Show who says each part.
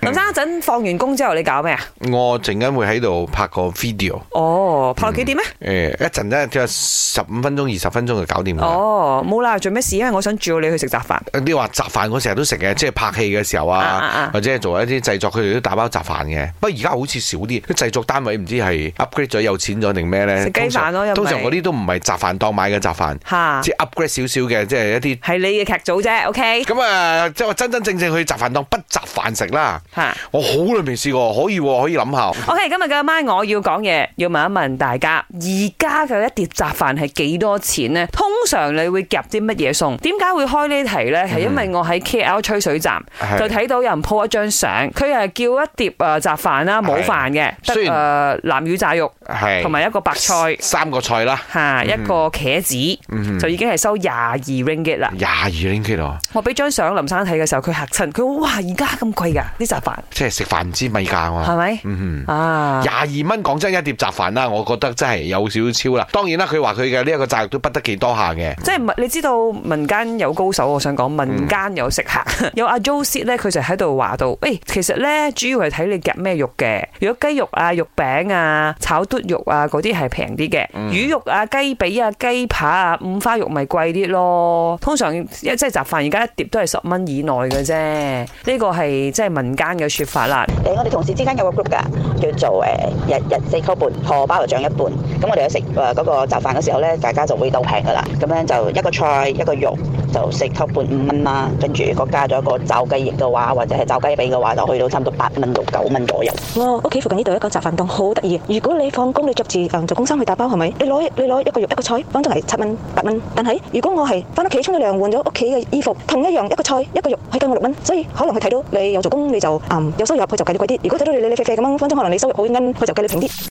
Speaker 1: 林生，一陣放完工之後你搞咩啊？
Speaker 2: 我陣間會喺度拍個 video，
Speaker 1: 哦，拍到幾點咧？
Speaker 2: 誒一陣咧即係十五分鐘、二十分鐘就搞掂啦。
Speaker 1: 哦，冇啦，做咩事？因為我想召你去食雜飯。
Speaker 2: 你話雜飯我成日都食嘅，即係拍戲嘅時候
Speaker 1: 啊啊
Speaker 2: 啊
Speaker 1: 啊，
Speaker 2: 或者係做一啲製作，佢哋都打包雜飯嘅。不過而家好似少啲，啲製作單位唔知係 upgrade 咗有錢咗定咩咧？
Speaker 1: 食雞飯咯因為啊
Speaker 2: 通常嗰啲都唔係雜飯檔買嘅雜飯，
Speaker 1: 吓，
Speaker 2: 即係 upgrade 少少嘅，即係一啲
Speaker 1: 係你嘅劇組啫，OK？
Speaker 2: 咁啊，即係話真真正正去雜飯檔不雜飯食啦。
Speaker 1: 吓。
Speaker 2: 我好耐未試過，可以喎可以諗下。
Speaker 1: OK，今日嘅晚我要講嘢，要問一問大家，而家嘅一碟雜飯係幾多錢呢？通常你會夾啲乜嘢餸？點解會開呢題呢？係因為我喺 KL 吹水站
Speaker 2: 係
Speaker 1: 就睇到有人 po 一張相，佢係叫一碟誒雜飯啦，冇飯嘅，
Speaker 2: 雖
Speaker 1: 得誒南乳炸肉
Speaker 2: 係
Speaker 1: 同埋一個白菜
Speaker 2: 三個菜啦，
Speaker 1: 嚇一個茄
Speaker 2: 嗯
Speaker 1: 子，就已經係收廿二 ringgit 啦。
Speaker 2: 廿二 ringgit 喎
Speaker 1: 我俾張相林生睇嘅時候，佢嚇親，佢話哇而家咁貴㗎啲雜飯
Speaker 2: 即係食飯唔知米價
Speaker 1: 係
Speaker 2: 喎。
Speaker 1: 咪？
Speaker 2: 嗯
Speaker 1: 啊
Speaker 2: 哼，！廿二蚊講真一碟雜飯啦，我覺得真係有少少超啦。當然啦，佢話佢嘅呢一個炸肉都不得幾多下嘅。
Speaker 1: 即係民你知道民間有高手，我想講民間有食客，有阿 Josie 咧，佢就喺度話到，誒、其實咧主要係睇你夾咩肉嘅。如果雞肉啊、肉餅啊、炒嘟肉啊嗰啲係平啲嘅，魚肉啊、雞髀啊、雞扒啊、五花肉咪貴啲咯。通常一即係雜飯，而家一碟都係十蚊以內嘅啫。呢個係即係民間嘅説法啦。
Speaker 3: 誒，我哋同事之間有個 group 㗎，叫做誒日日四溝半，荷包就漲一半。咁我哋去食誒嗰個雜飯嘅時候咧，大家就會鬥平㗎啦。咁樣就一個菜一個肉就四溝半五蚊啦，跟住如果加咗一個炸雞翼嘅話，或者係炸雞髀嘅話，就去到差唔多八蚊到九蚊左右。
Speaker 4: 哇！屋企附近呢度有一個雜飯檔好得意。如果你放工，你着住誒做工衫去打包係咪？你攞你攞一個肉一個菜，講真係七蚊八蚊。但係如果我係翻屋企沖咗涼，換咗屋企嘅衣服，同一樣一個菜一個肉，佢計我六蚊。所以可能佢睇到你有做工，你就嗯有收入，佢就計你貴啲。如果睇到你你你肥肥咁樣，分分鐘可能你收入好奀，佢就計你平啲。